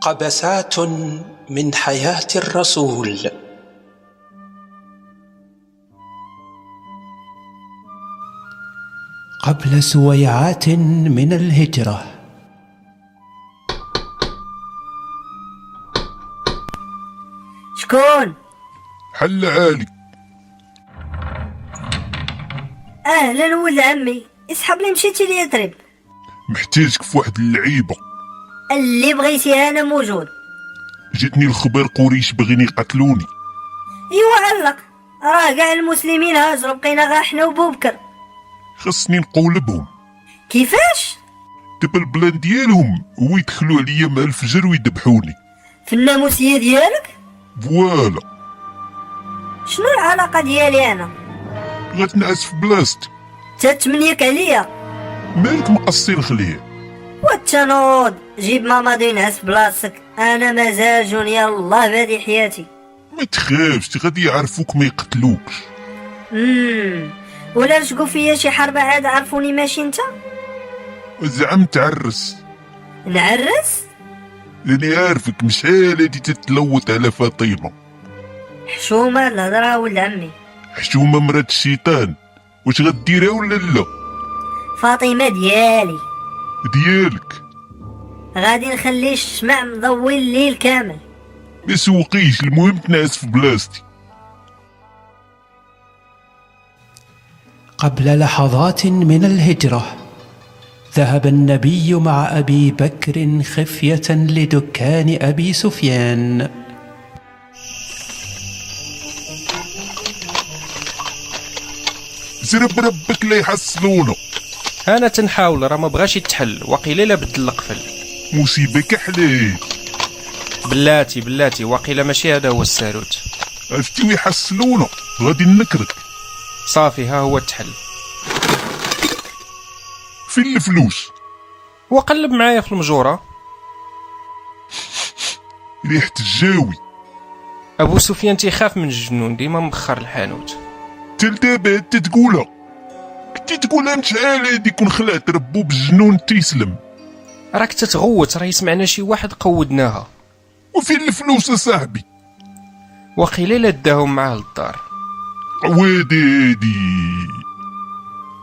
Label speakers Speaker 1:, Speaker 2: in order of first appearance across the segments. Speaker 1: قبسات من حياة الرسول
Speaker 2: قبل سويعات من الهجرة
Speaker 3: شكون
Speaker 4: حل عالي
Speaker 3: اهلا ولد عمي اسحب لي مشيتي ليضرب
Speaker 4: محتاجك في واحد اللعيبة
Speaker 3: اللي بغيتي انا موجود
Speaker 4: جاتني الخبر قريش باغيين يقتلوني
Speaker 3: ايوا علق راه كاع المسلمين هاجروا بقينا غير حنا وبوبكر
Speaker 4: خصني نقولبهم
Speaker 3: كيفاش
Speaker 4: دابا البلان ديالهم هو يدخلوا عليا مع الفجر ويذبحوني
Speaker 3: في الناموسيه ديالك
Speaker 4: فوالا
Speaker 3: شنو العلاقه ديالي انا
Speaker 4: غتنعس في بلاصتي
Speaker 3: تتمنيك عليا
Speaker 4: مالك مقصر خليه
Speaker 3: والتنوض جيب ماما دينعس بلاصتك انا مازال جونيا الله بادي حياتي
Speaker 4: ما تخافش غادي يعرفوك ما يقتلوكش
Speaker 3: امم ولا رشقوا فيا شي حربه عاد عرفوني ماشي انت
Speaker 4: زعم تعرس
Speaker 3: نعرس
Speaker 4: لاني عارفك مشحال هادي تتلوت على فاطمة
Speaker 3: حشومه الهضره ولد عمي
Speaker 4: حشومة مرات الشيطان واش غديرها ولا لا
Speaker 3: فاطمه ديالي
Speaker 4: ديالك
Speaker 3: غادي نخلي الشمع مضوي الليل كامل
Speaker 4: ما سوقيش المهم تنعس في بلاصتي
Speaker 2: قبل لحظات من الهجرة ذهب النبي مع أبي بكر خفية لدكان أبي سفيان
Speaker 4: زرب ربك لا يحصلونا
Speaker 5: انا تنحاول راه ما بغاش يتحل وقيلا لا بدل القفل
Speaker 4: مصيبة كحلة
Speaker 5: بلاتي بلاتي وقيلا ماشي هذا هو الساروت
Speaker 4: عرفتي ويحصلونا غادي نكرك
Speaker 5: صافي ها هو التحل
Speaker 4: فين الفلوس
Speaker 5: وقلب معايا في المجوره
Speaker 4: ريحة الجاوي
Speaker 5: ابو سفيان تيخاف من الجنون ديما مبخر الحانوت
Speaker 4: تل دابا انت تقولها كنتي تقولها من شحال هادي كون خلعت ربو بالجنون تيسلم
Speaker 5: راك تتغوت راه يسمعنا شي واحد قودناها
Speaker 4: وفين الفلوس يا صاحبي
Speaker 5: وقيلا لا داهم معاه للدار
Speaker 4: عوادي هادي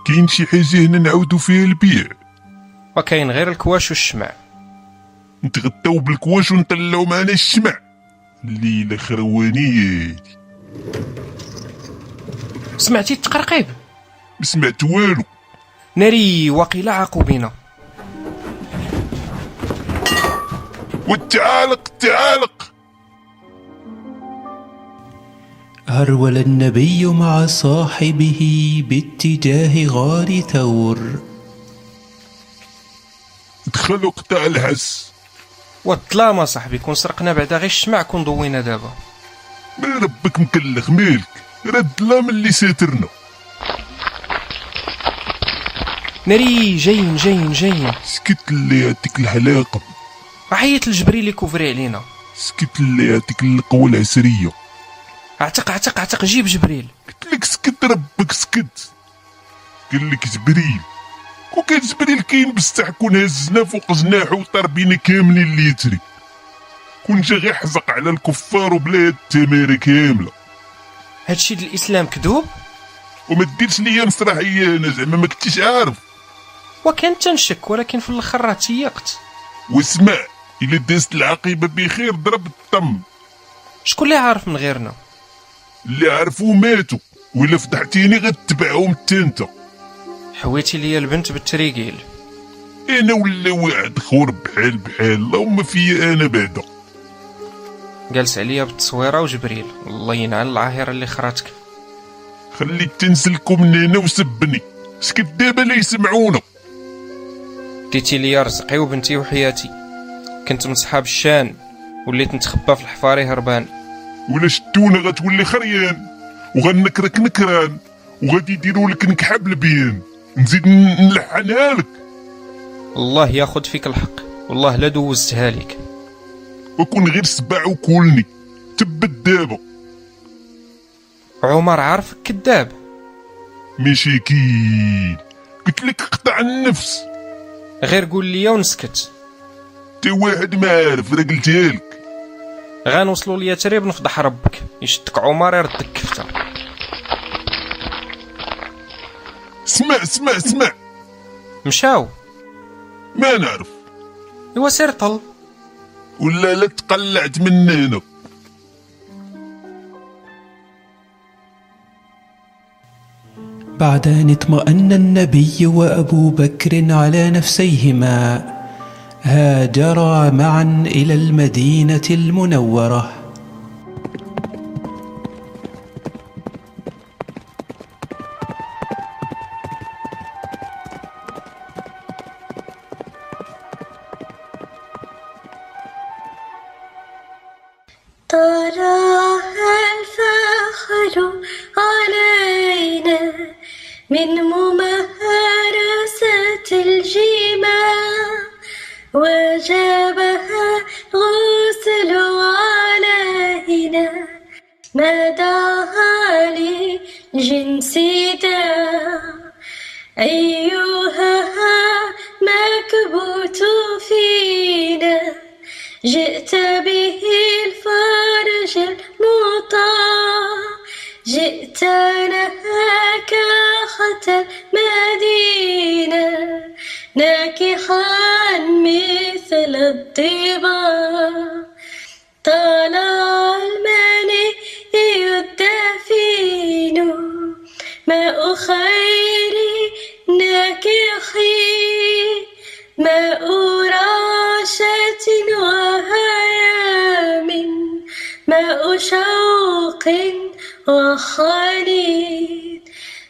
Speaker 4: كاين شي حاجة هنا نعاودو فيها البيع
Speaker 5: وكاين غير الكواش والشمع
Speaker 4: نتغداو بالكواش ونطلعو معانا الشمع الليلة خروانية هادي
Speaker 5: سمعتي التقرقيب
Speaker 4: ما سمعت والو
Speaker 5: ناري وقيلا عاقوا بينا
Speaker 4: والتعالق تعالق
Speaker 2: هرول النبي مع صاحبه باتجاه غار ثور
Speaker 4: دخلوا قطع الحس
Speaker 5: والظلامه صاحبي كون سرقنا بعدا غير الشمع كون ضوينا دابا
Speaker 4: من ربك مكلخ مالك راه الظلام اللي ساترنا
Speaker 5: ناري جايين جايين جايين
Speaker 4: سكت اللي يعطيك الحلاقة
Speaker 5: عيط الجبري اللي كوفري علينا
Speaker 4: سكت اللي يعطيك القوة العسرية
Speaker 5: اعتق اعتق اعتق جيب جبريل
Speaker 4: قلت لك سكت ربك سكت قال لك جبريل وكان جبريل كاين بصح كون هزنا فوق جناحه وطار بينا كاملين اللي يتري كون جا غير حزق على الكفار وبلا هاد التمارة كاملة
Speaker 5: هادشي ديال الاسلام كذوب
Speaker 4: وما ديرش ليا مسرحية انا زعما ما كنتيش عارف
Speaker 5: وكان تنشك ولكن في الاخر راه تيقت
Speaker 4: واسمع الا دازت العقيبة بخير ضرب الطم
Speaker 5: شكون اللي عارف من غيرنا
Speaker 4: اللي عرفوه ماتوا ولا فضحتيني غتبعهم التنتة
Speaker 5: حويتي ليا البنت بالتريقيل
Speaker 4: انا ولا واحد خور بحال بحال اللهم فيا انا بعدا
Speaker 5: جالس عليا بالتصويره وجبريل الله ينعل العاهره اللي خراتك
Speaker 4: خليت تنسلكم من هنا وسبني سكت دابا لا يسمعونا
Speaker 5: ديتي ليا رزقي وبنتي وحياتي كنت من صحاب الشان وليت نتخبى في الحفاري هربان
Speaker 4: ولا شتونا غتولي خريان وغنكرك نكران وغادي يديروا لك نكحب البيان نزيد ن- نلحنها لك
Speaker 5: الله ياخذ فيك الحق والله لا دوزتها لك
Speaker 4: وكون غير سبع وكلني تبت دابا
Speaker 5: عمر عارفك كذاب
Speaker 4: ماشي كي قلت لك قطع النفس
Speaker 5: غير قول ليا ونسكت
Speaker 4: حتى واحد ما عارف راه قلتها لك
Speaker 5: غنوصلوا ليثرب نفضح ربك يشدك عمر يردك كفته
Speaker 4: اسمع اسمع اسمع
Speaker 5: مشاو
Speaker 4: ما نعرف
Speaker 5: ايوا سير طل
Speaker 4: ولا لا تقلعت من هنا
Speaker 2: بعد أن اطمأن النبي وأبو بكر على نفسيهما هاجرا معا إلى المدينة المنورة
Speaker 6: طلع الفخر علينا من ممارسة الجماع وجب الغسل علينا ما دعا للجنس داع أيها مكبوت فينا جئت به الفرج المطاع جئتنا كاخة المدينة ناكحا مثل الضباع طلع المني الدفين ماء خير ناكحي ماء راشة وهيام ماء شوق وخليل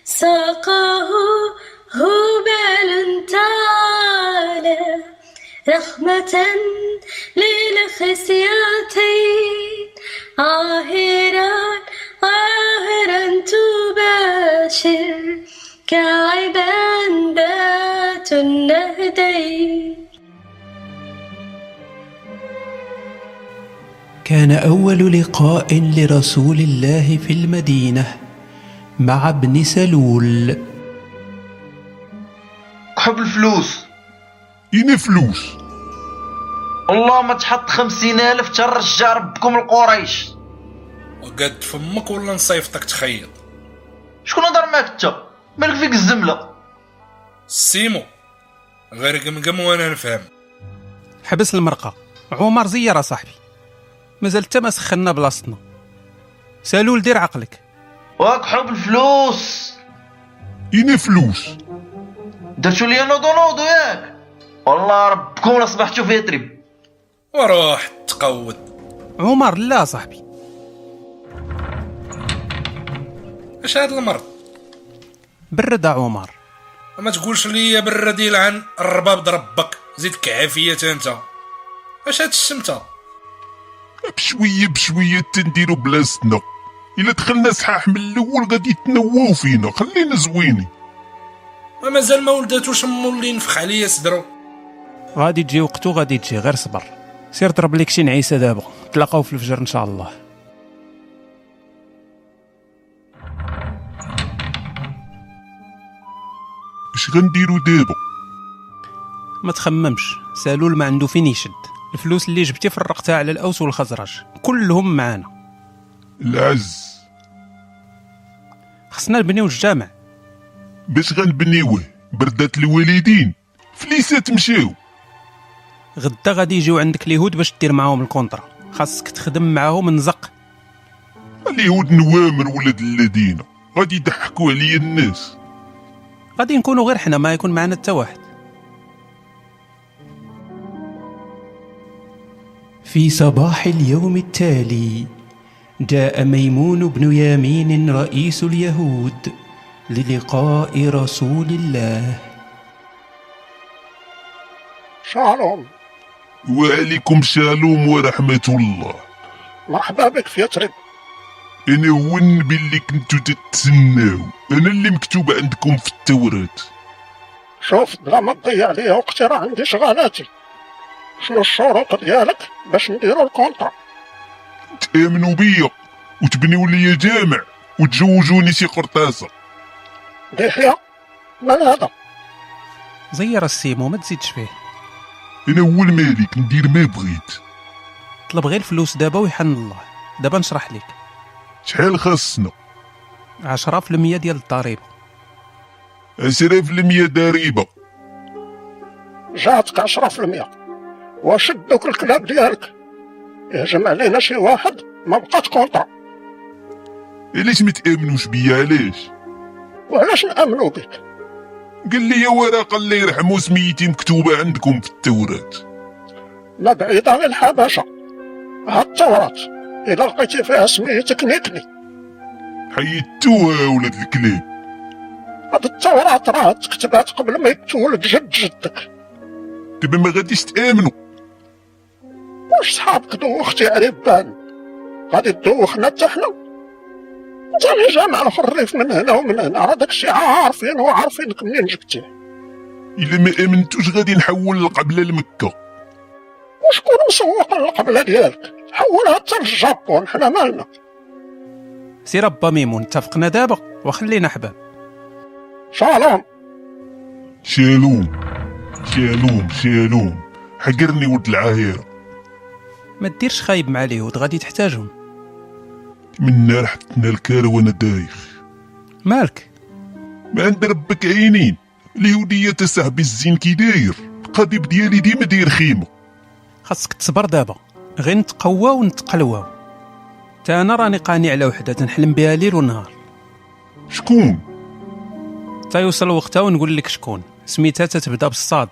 Speaker 6: ساقه هبل تعالى رحمة للخصيتين عاهرا عاهرا تباشر كعبا ذات النهدين
Speaker 2: كان أول لقاء لرسول الله في المدينة مع ابن سلول
Speaker 7: حب الفلوس
Speaker 4: اين فلوس
Speaker 7: والله ما تحط خمسين ألف ترجع ربكم القريش
Speaker 8: وقد فمك ولا نصيفطك تخيط
Speaker 7: شكون هضر معاك انت مالك فيك الزملة
Speaker 8: سيمو غير قمقم وانا نفهم
Speaker 9: حبس المرقه عمر زير صاحبي مازال حتى ما سخنا بلاصتنا سالول دير عقلك
Speaker 7: واك حب الفلوس
Speaker 4: اين فلوس
Speaker 7: درتو ليا نوضو نوضو ياك والله ربكم لا صبحتو في يطرب
Speaker 8: وروح تقود
Speaker 9: عمر لا صاحبي
Speaker 8: اش هاد المرض
Speaker 9: برد عمر
Speaker 8: ما تقولش لي بردي لعن الرباب ضربك زيدك عافية انت اش هاد الشمتة
Speaker 4: بشويه بشويه تنديروا بلاصتنا الا دخلنا صحاح من الاول غادي يتنواو فينا خلينا زوينين
Speaker 8: ما مازال ما ولداتوش امو اللي نفخ عليا صدرو
Speaker 9: غادي تجي وقتو غادي تجي غير صبر سير ضرب لك شي نعيسه دابا تلاقاو في الفجر ان شاء الله
Speaker 4: اش غنديروا دابا
Speaker 9: ما تخممش سالول ما عنده فين يشد الفلوس اللي جبتي فرقتها على الاوس والخزرج كلهم معانا
Speaker 4: العز
Speaker 9: خصنا نبنيو الجامع
Speaker 4: باش غنبنيوه بردات الوالدين فليسات مشاو
Speaker 9: غدا غادي يجيو عندك اليهود باش دير معاهم الكونطرا خاصك تخدم معاهم نزق
Speaker 4: اليهود نوامر ولاد الذين غادي يضحكوا عليا الناس
Speaker 9: غادي نكونوا غير حنا ما يكون معنا حتى واحد
Speaker 2: في صباح اليوم التالي جاء ميمون بن يامين رئيس اليهود للقاء رسول الله
Speaker 10: شهر
Speaker 4: وعليكم شالوم ورحمة الله
Speaker 10: مرحبا بك في يثرب
Speaker 4: أنا هو النبي اللي كنتو تتسناو أنا اللي مكتوب عندكم في التوراة
Speaker 10: شوف بلا ما تضيع ليا وقتي راه عندي شغالاتي شنو الشروط ديالك باش نديرو الكونطرا
Speaker 4: تآمنوا بيا وتبنيو ليا جامع وتزوجوني شي قرطاسة
Speaker 10: دحية مال هذا
Speaker 9: زير السيمو ما تزيدش فيه
Speaker 4: انا هو الملك ندير ما بغيت
Speaker 9: طلب غير الفلوس دابا ويحن الله دابا نشرح لك
Speaker 4: شحال خاصنا
Speaker 9: 10% ديال الضريبه
Speaker 4: 10% ضريبه
Speaker 10: جاتك 10% وشد دوك الكلاب ديالك يهجم علينا شي واحد ما بقات كونطا
Speaker 4: علاش ما تامنوش بيا علاش
Speaker 10: وعلاش نامنوا بك
Speaker 4: قال لي ورقه الله يرحمو سميتي مكتوبه عندكم في التوراه
Speaker 10: ما بعيد عن الحبشه هاد التوراة إلا لقيتي فيها سميتك نيتني
Speaker 4: حيدتوها ولاد الكلاب
Speaker 10: هاد التوراة راه تكتبات قبل ما يتولد جد جدك
Speaker 4: دابا ما غاديش تامنوا
Speaker 10: واش صحابك دوختي على بان غادي تدوخنا حتى حنا انت اللي جامع الخريف من هنا ومن هنا راه داكشي عارفين وعارفينك منين جبتيه
Speaker 4: الا ما امنتوش غادي نحول القبله لمكه
Speaker 10: وشكون مسوق القبله ديالك حولها حتى للجابون حنا مالنا
Speaker 9: سي ربا ميمون اتفقنا دابا وخلينا حباب
Speaker 10: شالوم
Speaker 4: شالوم شالوم شالوم حقرني ولد العاهره
Speaker 9: ما ديرش خايب مع اليهود غادي تحتاجهم
Speaker 4: منا رحتنا الكروانه دايخ
Speaker 9: مالك
Speaker 4: ما عند ربك عينين اليهودية تسحب الزين كي داير القضيب ديالي ديما داير خيمة
Speaker 9: خاصك تصبر دابا غير نتقوى ونتقلوى تا انا راني قاني على وحده تنحلم بها ليل ونهار
Speaker 4: شكون
Speaker 9: تا يوصل وقتها ونقول لك شكون سميتها تتبدا بالصاد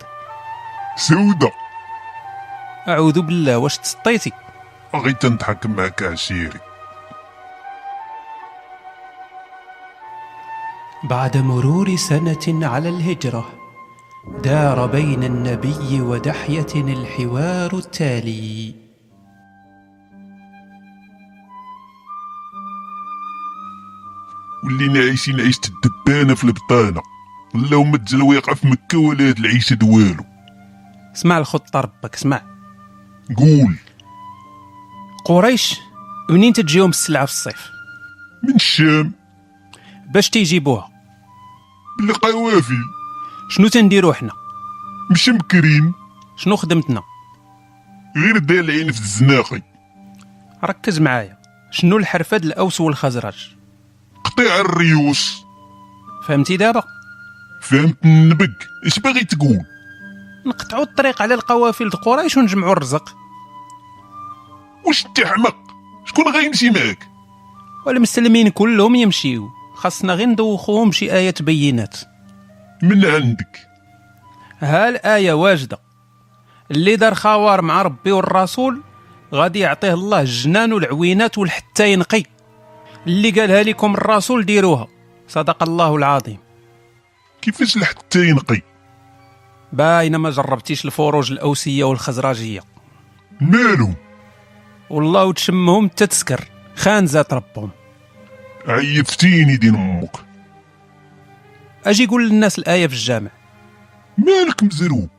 Speaker 4: سودة
Speaker 9: اعوذ بالله واش تسطيتي
Speaker 4: غي تنضحك معاك عشيري
Speaker 2: بعد مرور سنة على الهجرة دار بين النبي ودحية الحوار التالي
Speaker 4: ولينا عايشين عيشة الدبانة في البطانة اللهم التزلويقة في مكة ولا هاد العيشة دوالو
Speaker 9: اسمع الخطه ربك اسمع
Speaker 4: قول
Speaker 9: قريش منين تجيهم السلعه في الصيف
Speaker 4: من الشام
Speaker 9: باش تيجيبوها
Speaker 4: بالقوافل
Speaker 9: شنو تنديرو حنا
Speaker 4: مشمكرين
Speaker 9: شنو خدمتنا
Speaker 4: غير دالعين في الزناقي
Speaker 9: ركز معايا شنو الحرفد الاوس والخزرج
Speaker 4: قطيع الريوس
Speaker 9: فهمتي دابا
Speaker 4: فهمت النبك اش باغي تقول
Speaker 9: نقطعوا الطريق على القوافل د قريش ونجمعوا الرزق
Speaker 4: واش انت حمق شكون غيمشي معاك
Speaker 9: والمسلمين كلهم يمشيو خاصنا غير ندوخوهم شي آية بينات
Speaker 4: من عندك
Speaker 9: ها الآية واجدة اللي دار خوار مع ربي والرسول غادي يعطيه الله الجنان والعوينات والحتى ينقي اللي قالها لكم الرسول ديروها صدق الله العظيم
Speaker 4: كيفاش لحتى ينقي
Speaker 9: باينه ما جربتيش الفروج الأوسية والخزراجية
Speaker 4: مالو
Speaker 9: والله تشمهم تتسكر خانزات ربهم
Speaker 4: عيفتيني دين امك
Speaker 9: أجي قول للناس الآية في الجامع
Speaker 4: مالك مزروب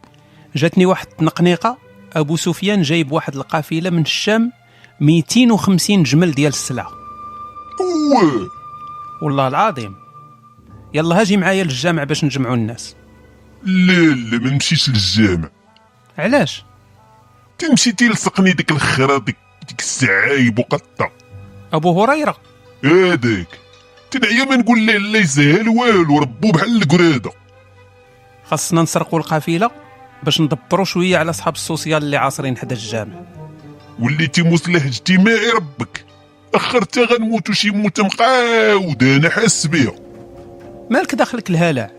Speaker 9: جاتني واحد التنقنيقة أبو سفيان جايب واحد القافلة من الشام 250 جمل ديال السلعة
Speaker 4: اوه
Speaker 9: والله العظيم يلا هاجي معايا للجامع باش نجمعوا الناس
Speaker 4: لا لا ما نمشيش للجامع
Speaker 9: علاش
Speaker 4: تمشي تلصقني ديك الخرا ديك ديك السعايب وقطة
Speaker 9: ابو هريره
Speaker 4: هذاك تنعيا ما نقول لا لا يسهل والو ربو بحال القرادة
Speaker 9: خاصنا نسرقوا القافله باش ندبروا شويه على اصحاب السوسيال اللي عاصرين حدا الجامع
Speaker 4: وليتي مصلح اجتماعي ربك اخرتها غنموتو شي موتة مقاودة انا حاس بيها
Speaker 9: مالك داخلك الهلع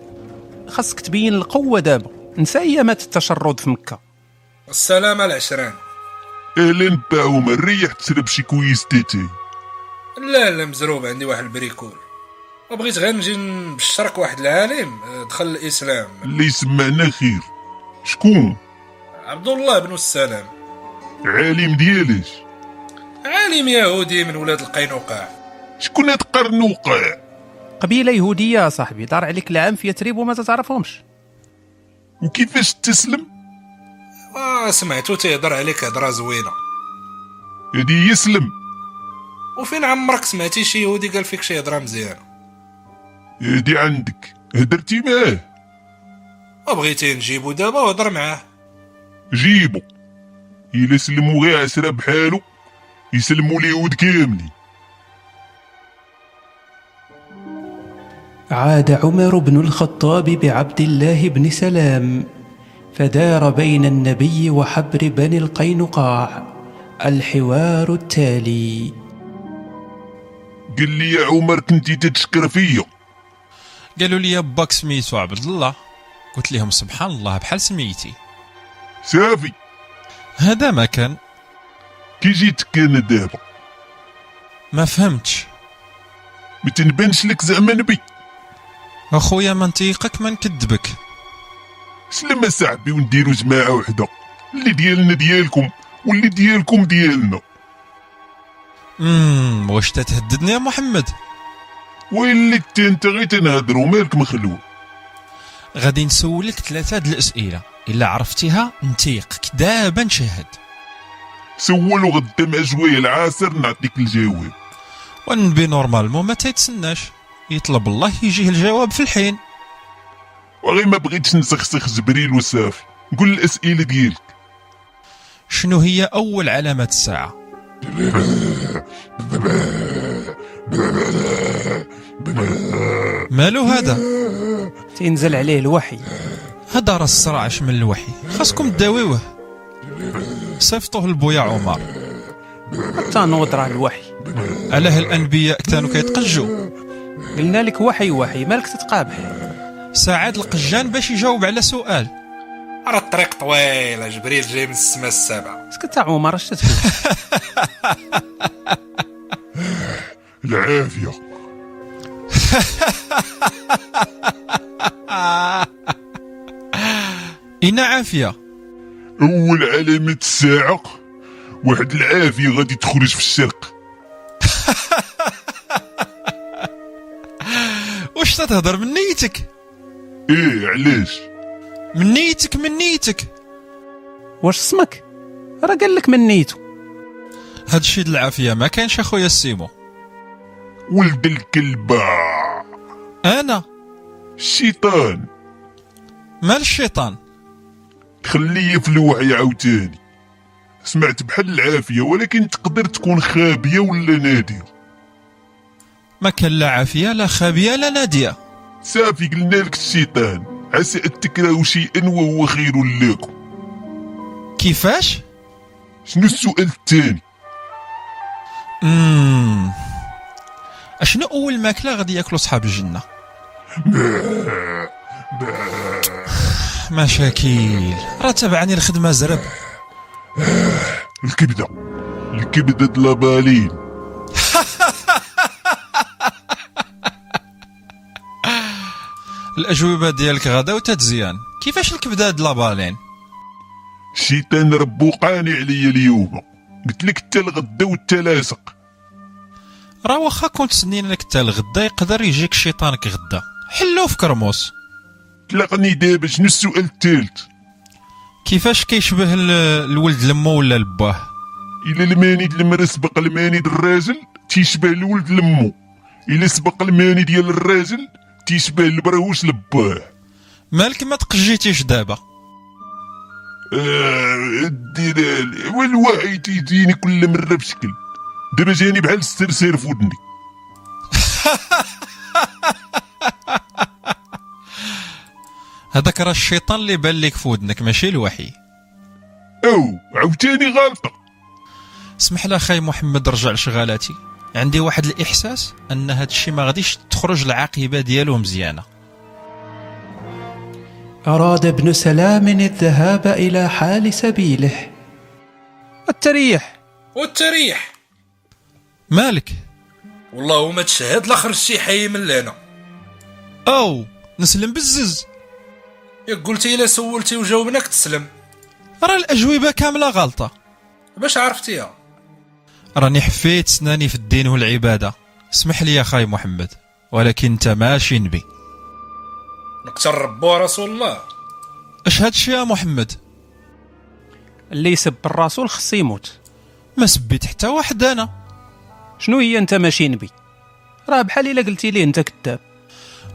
Speaker 9: خاصك تبين القوه دابا نسى ايامات التشرد في مكه
Speaker 8: السلام العشران
Speaker 4: اهلا باعوما ريح تسرب شي كويس تيتي
Speaker 8: لا لا مزروب عندي واحد البريكول وبغيت غير نجي نبشرك واحد العالم آه، دخل الاسلام
Speaker 4: اللي يسمعنا خير شكون
Speaker 8: عبد الله بن السلام
Speaker 4: عالم ديالك
Speaker 8: عالم يهودي من ولاد القينقاع
Speaker 4: شكون هاد قرنوقع
Speaker 9: قبيله يهوديه يا صاحبي دار عليك العام في يتريب وما تتعرفهمش
Speaker 4: وكيفاش تسلم
Speaker 8: آه سمعتو تيهضر عليك هضره زوينه
Speaker 4: هادي يسلم
Speaker 8: وفين عمرك سمعتي شي يهودي قال فيك شي هضره مزيانه
Speaker 4: هادي E عندك هدرتي معاه
Speaker 8: آه، وبغيتي نجيبو دابا وهضر معاه
Speaker 4: جيبو الا سلمو غير عسرة بحالو يسلمو اليهود كاملين
Speaker 9: عاد عمر بن الخطاب بعبد الله بن سلام فدار بين النبي وحبر بني القينقاع الحوار التالي
Speaker 4: قال لي يا عمر كنتي تتشكر فيا
Speaker 5: قالوا لي باك سميتو عبد الله قلت لهم سبحان الله بحال سميتي
Speaker 4: صافي
Speaker 5: هذا ما كان
Speaker 4: كي جيتك انا دابا
Speaker 5: ما فهمتش
Speaker 4: ما تنبانش لك زعما نبي
Speaker 5: اخويا منطيقك ما نكذبك
Speaker 4: سلم صاحبي ونديرو جماعه وحده اللي ديالنا ديالكم واللي ديالكم ديالنا
Speaker 5: امم واش تتهددني يا محمد
Speaker 4: ويلي حتى انت غير تنهضروا مالك مخلوع
Speaker 5: غادي نسولك ثلاثه د الاسئله الا عرفتيها نتيقك دابا نشهد
Speaker 4: سولو غدا مع جويه العاسر نعطيك الجواب
Speaker 5: والنبي نورمالمون ما تيتسناش يطلب الله يجيه الجواب في الحين
Speaker 4: وغير ما بغيتش نسخسخ جبريل وصافي قول الاسئله ديالك
Speaker 5: شنو هي اول علامه الساعه مالو هذا
Speaker 11: تينزل عليه الوحي
Speaker 5: هذا راه الصراعش من الوحي خاصكم تداويوه صيفطوه لبويا عمر
Speaker 11: حتى نوض راه الوحي
Speaker 5: علاه الانبياء كانوا كيتقجوا
Speaker 11: قلنا لك وحي وحي مالك تتقابح
Speaker 5: ساعد القجان باش يجاوب على سؤال
Speaker 8: راه الطريق طويله جبريل جاي من السماء السابعه
Speaker 11: اسكت تاع عمر اش تتفهم
Speaker 4: العافيه
Speaker 5: إن عافية
Speaker 4: اول علامه الساعه واحد العافيه غادي تخرج في الشرق
Speaker 5: واش تتهضر من نيتك
Speaker 4: ايه علاش
Speaker 5: من نيتك من نيتك
Speaker 11: واش اسمك راه قال لك من نيته
Speaker 5: هادشي د العافية ما كانش اخويا السيمو
Speaker 4: ولد الكلبه
Speaker 5: انا
Speaker 4: الشيطان
Speaker 5: مال الشيطان
Speaker 4: خليه في الوعي عاوتاني سمعت بحال العافيه ولكن تقدر تكون خابيه ولا ناديه
Speaker 5: ما كان لا عافية لا خابية لا نادية
Speaker 4: صافي قلنا لك الشيطان عسى ان تكرهوا شيئا وهو خير لكم
Speaker 5: كيفاش
Speaker 4: شنو السؤال الثاني
Speaker 5: امم اشنو اول ماكله غادي ياكلوا صحاب الجنه مشاكل راه تبعني الخدمه زرب
Speaker 4: الكبده الكبده د لابالين
Speaker 5: الاجوبه ديالك غدا وتتزيان كيفاش الكبده د لابالين
Speaker 4: الشيطان ربو قانع عليا اليوم قلت لك حتى الغدا وحتى لاصق
Speaker 5: راه واخا كنت سنين لك حتى الغدا يقدر يجيك شيطانك غدا حلو في كرموس
Speaker 4: طلقني دابا شنو السؤال الثالث
Speaker 5: كيفاش كيشبه ال- الولد لمو ولا لباه
Speaker 4: الا الماني د المرا سبق الماني د الراجل تيشبه الولد لمو الا سبق الماني ديال الراجل تيشبه البراوش لباه
Speaker 5: مالك ما تقجيتيش دابا
Speaker 4: آه، الدلال والوعي تيجيني كل مره بشكل دابا جاني بحال السرسير في ودني
Speaker 5: هذاك راه الشيطان اللي بان لك في ودنك ماشي الوحي
Speaker 4: او عاوتاني غلطه
Speaker 5: اسمح لي اخي محمد رجع لشغالاتي عندي واحد الاحساس ان هذا الشيء ما غاديش تخرج العاقبه ديالو مزيانه
Speaker 9: أراد ابن سلام الذهاب إلى حال سبيله
Speaker 11: التريح
Speaker 8: والتريح
Speaker 5: مالك
Speaker 8: والله ما تشهد لا خرج شي حي من لهنا
Speaker 5: او نسلم بالزز
Speaker 8: ياك قلتي الا سولتي وجاوبناك تسلم
Speaker 5: راه الاجوبه كامله غلطه
Speaker 8: باش عرفتيها
Speaker 5: راني حفيت سناني في الدين والعباده اسمح لي يا اخي محمد ولكن انت ماشي نبي
Speaker 8: نقتل ربو رسول الله
Speaker 5: اش هادشي يا محمد
Speaker 11: اللي يسب الرسول خصو يموت
Speaker 5: ما سبيت حتى واحد انا
Speaker 11: شنو هي انت ماشي نبي راه بحال الا قلتي ليه انت كذاب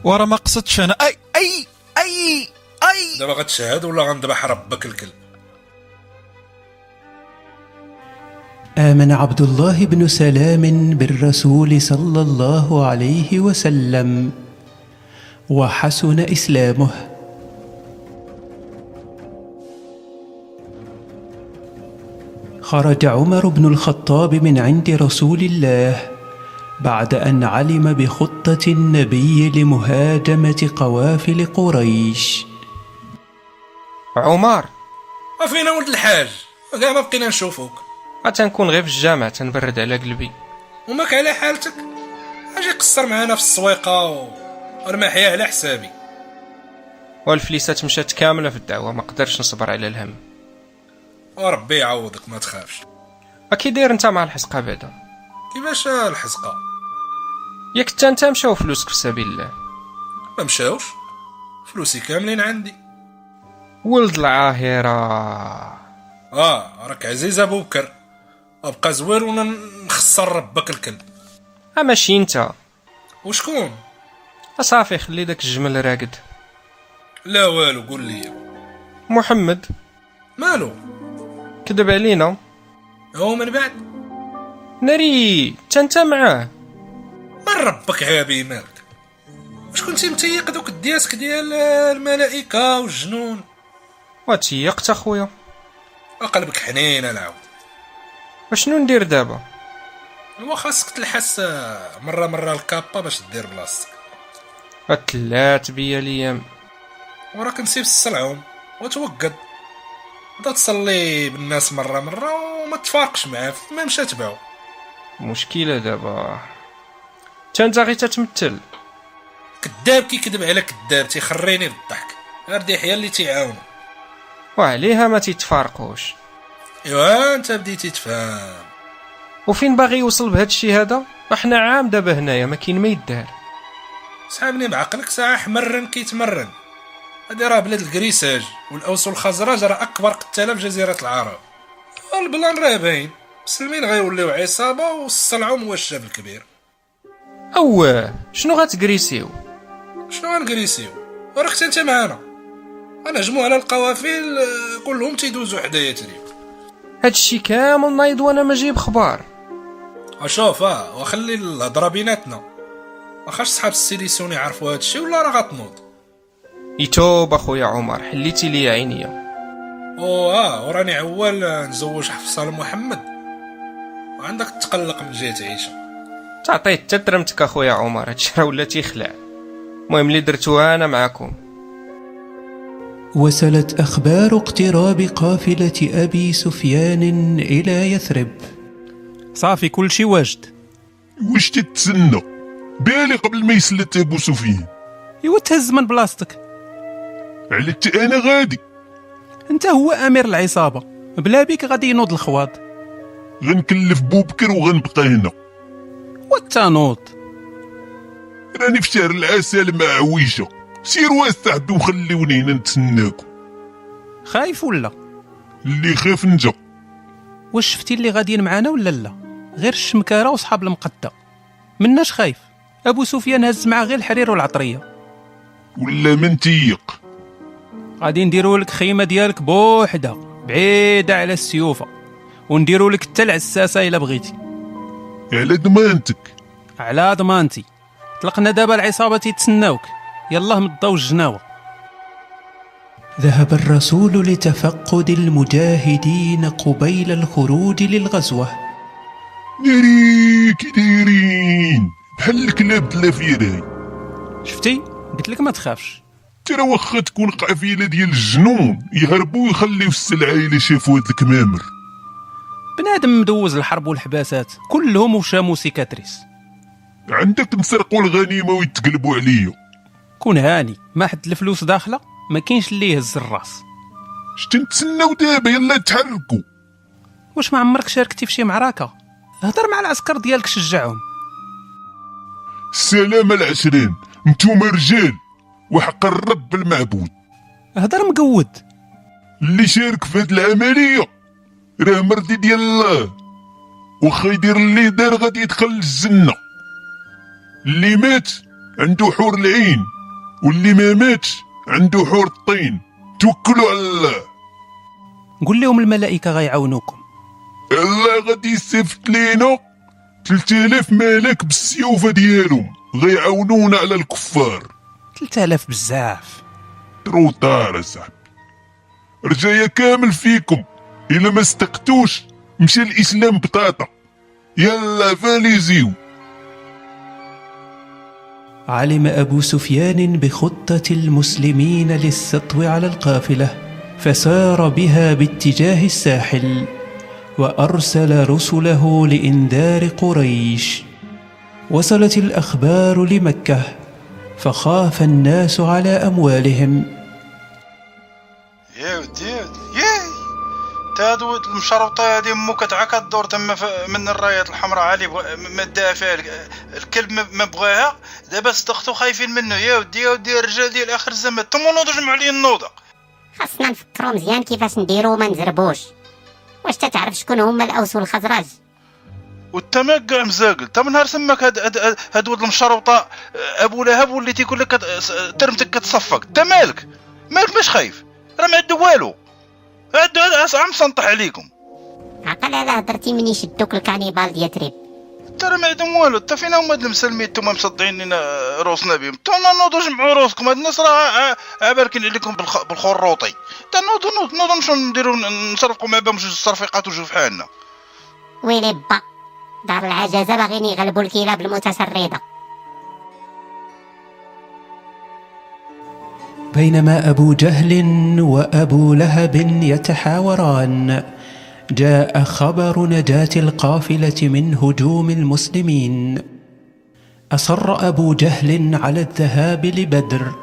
Speaker 5: ورا ما قصدتش انا اي اي اي اي
Speaker 8: دابا غتشهد ولا غنذبح ربك الكلب
Speaker 2: آمن عبد الله بن سلام بالرسول صلى الله عليه وسلم وحسن إسلامه خرج عمر بن الخطاب من عند رسول الله بعد أن علم بخطة النبي لمهاجمة قوافل قريش
Speaker 5: عمر
Speaker 8: وفينا ولد الحاج كاع ما بقينا نشوفوك
Speaker 5: غتنكون غير في الجامع تنبرد على قلبي
Speaker 8: وماك على حالتك اجي قصر معانا في السويقه و... ورماحيه على حسابي
Speaker 5: والفليسات مشات كامله في الدعوه ما قدرتش نصبر على الهم
Speaker 8: وربي يعوضك ما تخافش
Speaker 5: اكي داير انت مع الحسقه بعدا
Speaker 8: كيفاش الحسقه
Speaker 5: ياك حتى انت مشاو فلوسك في سبيل الله
Speaker 8: ما مشاوش فلوسي كاملين عندي
Speaker 5: ولد العاهره
Speaker 8: اه راك عزيز ابو بكر ابقى زوير وانا نخسر ربك الكلب
Speaker 5: آه ماشي انت
Speaker 8: وشكون
Speaker 5: آه صافي خلي داك الجمل راقد
Speaker 8: لا والو قول لي
Speaker 5: محمد
Speaker 8: مالو
Speaker 5: كذب علينا
Speaker 8: هو من بعد
Speaker 5: ناري تا انت معاه
Speaker 8: من ربك عابي مالك واش كنتي متيق دوك الديسك ديال آه، الملائكه والجنون
Speaker 5: وتيقت اخويا
Speaker 8: قلبك حنين العاود
Speaker 5: وشنو ندير دابا
Speaker 8: هو خاصك تلحس آه، مره مره الكابا باش دير بلاصتك
Speaker 5: الثلاث بيا ليام
Speaker 8: وراك نسيب السلعهم وتوقد بدا تصلي بالناس مره مره وما تفارقش معاه ما مشى تبعو
Speaker 5: مشكله دابا تا انت غي تتمثل
Speaker 8: كذاب كيكذب على كذاب تيخريني بالضحك غير دي حيا اللي تيعاونو
Speaker 5: وعليها ما تيتفارقوش
Speaker 8: ايوا انت بديتي تفهم
Speaker 5: وفين باغي يوصل بهذا الشيء هذا احنا عام دابا هنايا ما كاين ما يدار
Speaker 8: سحابني بعقلك ساعة حمرن كيتمرن هادي راه بلاد الكريساج والاوس والخزرج راه اكبر قتالة في جزيرة العرب البلان راه باين مسلمين غيوليو عصابة والصلعة موشة بالكبير
Speaker 5: اوه شنو غتكريسيو
Speaker 8: شنو غنكريسيو وراك تا انت معانا غنهجمو على القوافل آه، كلهم تيدوزو حدايا تريب
Speaker 5: هادشي كامل نايض وانا ما جايب خبار
Speaker 8: اشوف اه وخلي الهضره بيناتنا واخا صحاب السيليسيون يعرفوا هادشي ولا راه غتنوض
Speaker 5: يتوب اخويا عمر حليتي ليا عينيا
Speaker 8: او اه وراني عوال آه، نزوج حفصه لمحمد وعندك تقلق من جهه عيشه
Speaker 5: تعطيت تترمتك اخويا عمر هادشي راه ولا تيخلع المهم اللي درتوها انا معاكم
Speaker 2: وصلت أخبار اقتراب قافلة أبي سفيان إلى يثرب
Speaker 9: صافي كل شي واجد
Speaker 4: واش تتسنى بالي قبل ما يسلت ابو سفيان
Speaker 9: ايوا تهز من بلاصتك
Speaker 4: على انا غادي
Speaker 9: انت هو امير العصابه بلا بيك غادي ينوض الخواط
Speaker 4: غنكلف بوبكر وغنبقى هنا
Speaker 9: والتنوض
Speaker 4: راني في شهر العسل مع عويشه سيروا استعدوا وخليوني هنا نتسناكم
Speaker 9: خايف ولا
Speaker 4: اللي خاف نجا
Speaker 9: واش شفتي اللي غاديين معانا ولا لا غير الشمكاره وصحاب المقده مناش خايف ابو سفيان هز معاه غير الحرير والعطريه
Speaker 4: ولا من تيق
Speaker 9: غادي نديروا لك خيمه ديالك بوحده بعيده على السيوفه ونديروا لك حتى العساسه الا بغيتي
Speaker 4: على ضمانتك
Speaker 9: على ضمانتي طلقنا دابا العصابه تيتسناوك يلاه مضاو الجناوه
Speaker 2: ذهب الرسول لتفقد المجاهدين قبيل الخروج للغزوة
Speaker 4: ناري كي دايرين بحال الكلاب دلا في راي
Speaker 9: شفتي قلت لك ما تخافش
Speaker 4: ترى واخا تكون قافله ديال الجنون يهربوا ويخليو السلعه الا شافوا هاد الكمامر
Speaker 9: بنادم مدوز الحرب والحباسات كلهم وشامو سيكاتريس
Speaker 4: عندك نسرقوا الغنيمه ويتقلبوا عليا
Speaker 9: كون هاني ما حد الفلوس داخله ما كاينش اللي يهز الراس
Speaker 4: شتنتسناو دابا يلا تحركوا
Speaker 9: واش ما عمرك شاركتي في شي معركه هضر مع العسكر ديالك شجعهم
Speaker 4: السلام العشرين نتوما رجال وحق الرب المعبود
Speaker 9: هضر مقود
Speaker 4: اللي شارك في هاد العمليه راه مرضي ديال الله واخا يدير اللي دار غادي يدخل الجنه اللي مات عنده حور العين واللي ما ماتش عنده حور الطين توكلوا على الله
Speaker 9: قول لهم الملائكه غيعاونوكم
Speaker 4: الله غادي يسيفط لينا 3000 ملاك بالسيوفه ديالهم غيعاونونا على الكفار
Speaker 9: 3000 بزاف
Speaker 4: تروطار اصاحبي رجايا كامل فيكم الا ما استقتوش مشى الاسلام بطاطا يلا فاليزيو
Speaker 9: علم أبو سفيان بخطة المسلمين للسطو على القافلة فسار بها باتجاه الساحل وأرسل رسله لإنذار قريش وصلت الأخبار لمكة فخاف الناس على أموالهم
Speaker 8: يا ودي يا ودي ياي تا هاد ود المشروطه هادي امو كتعا كدور تما ف- من الرايات الحمراء علي بغ... ما داها فيها ال- الكلب ما- ما بغاها دابا صدقتو خايفين منه يا ودي يا ودي الرجال ديال اخر الزمان تما نوض جمعوا لي النوضه
Speaker 6: خاصنا نفكروا مزيان كيفاش نديرو وما نزربوش واش تتعرف شكون هما الاوس والخزرج
Speaker 8: والتما كاع مزاقل تا من نهار سماك هاد هاد هاد- هاد ود المشروطه ابو لهب واللي تيقول لك كت- س- ترمتك كتصفق تا مالك مالك باش خايف راه ما عنده والو عندو هاد- عم سنطح عليكم
Speaker 6: عقل على هضرتي مني شدوك الكانيبال ديال تريب
Speaker 8: ترى ما عندهم والو حتى فين هما هاد المسلمين نتوما مصدعين لنا روسنا بهم تا نوضوا جمعوا روسكم هاد الناس راه عبالكين عليكم بالخ- بالخروطي تا نوضوا نوضوا- نوضوا نمشيو نديرو نسرقوا مع بهم جوج صرفيقات وجو في حالنا
Speaker 6: ويلي با دار العجزة باغيين يغلبوا الكلاب المتسردة
Speaker 9: بينما أبو جهل وأبو لهب يتحاوران جاء خبر نجاة القافلة من هجوم المسلمين أصر أبو جهل على الذهاب لبدر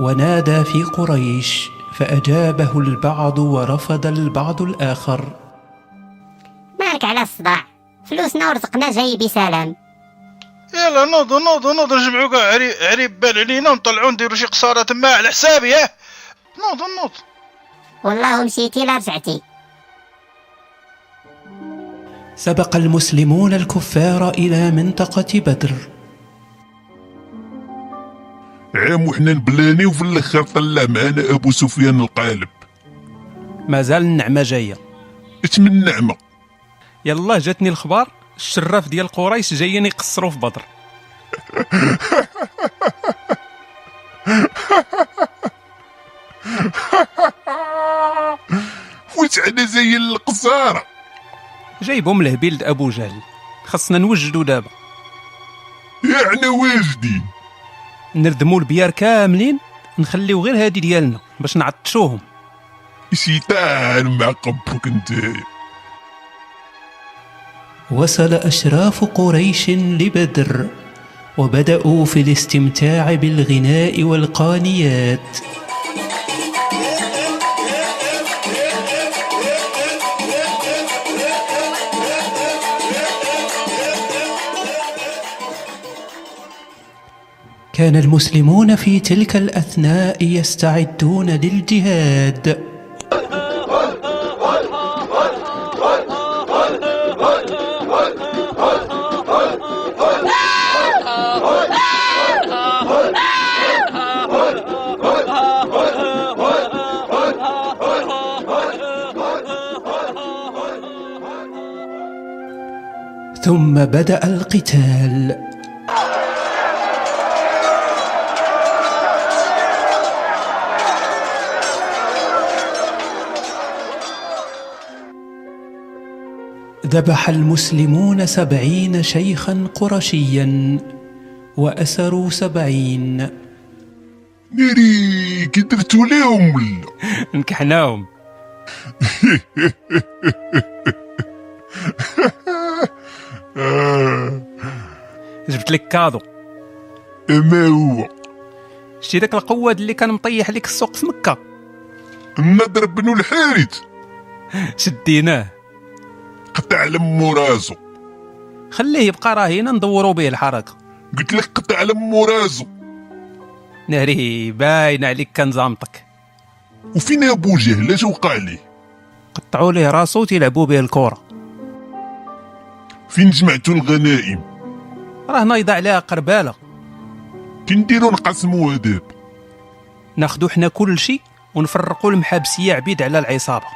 Speaker 9: ونادى في قريش فأجابه البعض ورفض البعض الآخر
Speaker 6: مالك على الصداع فلوسنا ورزقنا جاي بسلام
Speaker 8: يلا نوضوا نوضوا نوضوا نجمعوا كاع عري- عريب بال علينا ونطلعوا نديروا شي قصاره تما على حسابي اه نوضوا نوضوا
Speaker 6: والله مشيتي لا رجعتي
Speaker 9: سبق المسلمون الكفار إلى منطقة بدر
Speaker 4: عام وحنا نبلاني وفي الاخر طلع معانا ابو سفيان القالب
Speaker 5: مازال النعمه جايه
Speaker 4: اش من نعمه
Speaker 5: يلا جاتني الخبار الشراف ديال قريش جايين يقصروا في بدر
Speaker 4: فوت على زي القصارة
Speaker 5: جايبهم لهبيل د ابو جهل خصنا نوجدوا دابا
Speaker 4: يعني واجدين
Speaker 5: نردموا البيار كاملين نخليو غير هادي ديالنا باش نعطشوهم
Speaker 4: شيطان مع قبك انت
Speaker 9: وصل أشراف قريش لبدر وبدأوا في الاستمتاع بالغناء والقانيات كان المسلمون في تلك الأثناء يستعدون للجهاد ثم بدأ القتال ذبح المسلمون سبعين شيخا قرشيا وأسروا سبعين
Speaker 4: ناري كي درتو ليهم ولا
Speaker 5: نكحناهم جبت لك كادو
Speaker 4: ما هو
Speaker 5: شتي داك القواد اللي كان مطيح لك السوق في مكه
Speaker 4: النضر بن الحارث
Speaker 5: شديناه
Speaker 4: قطع لمو راسو
Speaker 5: خليه يبقى راهينا ندورو به الحركه
Speaker 4: قلت لك قطع لمو راسو
Speaker 5: ناري باين عليك كان زامطك
Speaker 4: وفين ابو جهل اش وقع ليه
Speaker 5: قطعوا ليه راسو تيلعبوا به الكره
Speaker 4: فين جمعتو الغنائم
Speaker 5: راه نايضه عليها قرباله
Speaker 4: كنديرو نقسموها دابا
Speaker 5: ناخدو حنا كل شيء ونفرقوا المحابسيه عبيد على العصابه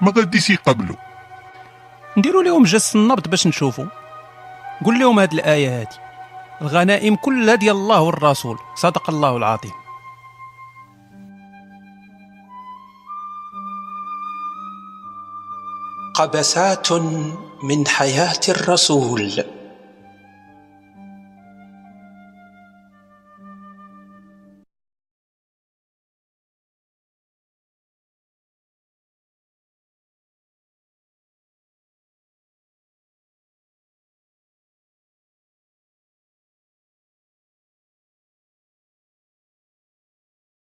Speaker 4: ما غاديش يقبلوا
Speaker 9: نديروا لهم جس النبض باش نشوفوا قول لهم هاد الآية هادي الغنائم كلها ديال الله والرسول صدق الله العظيم
Speaker 12: قبسات من حياة الرسول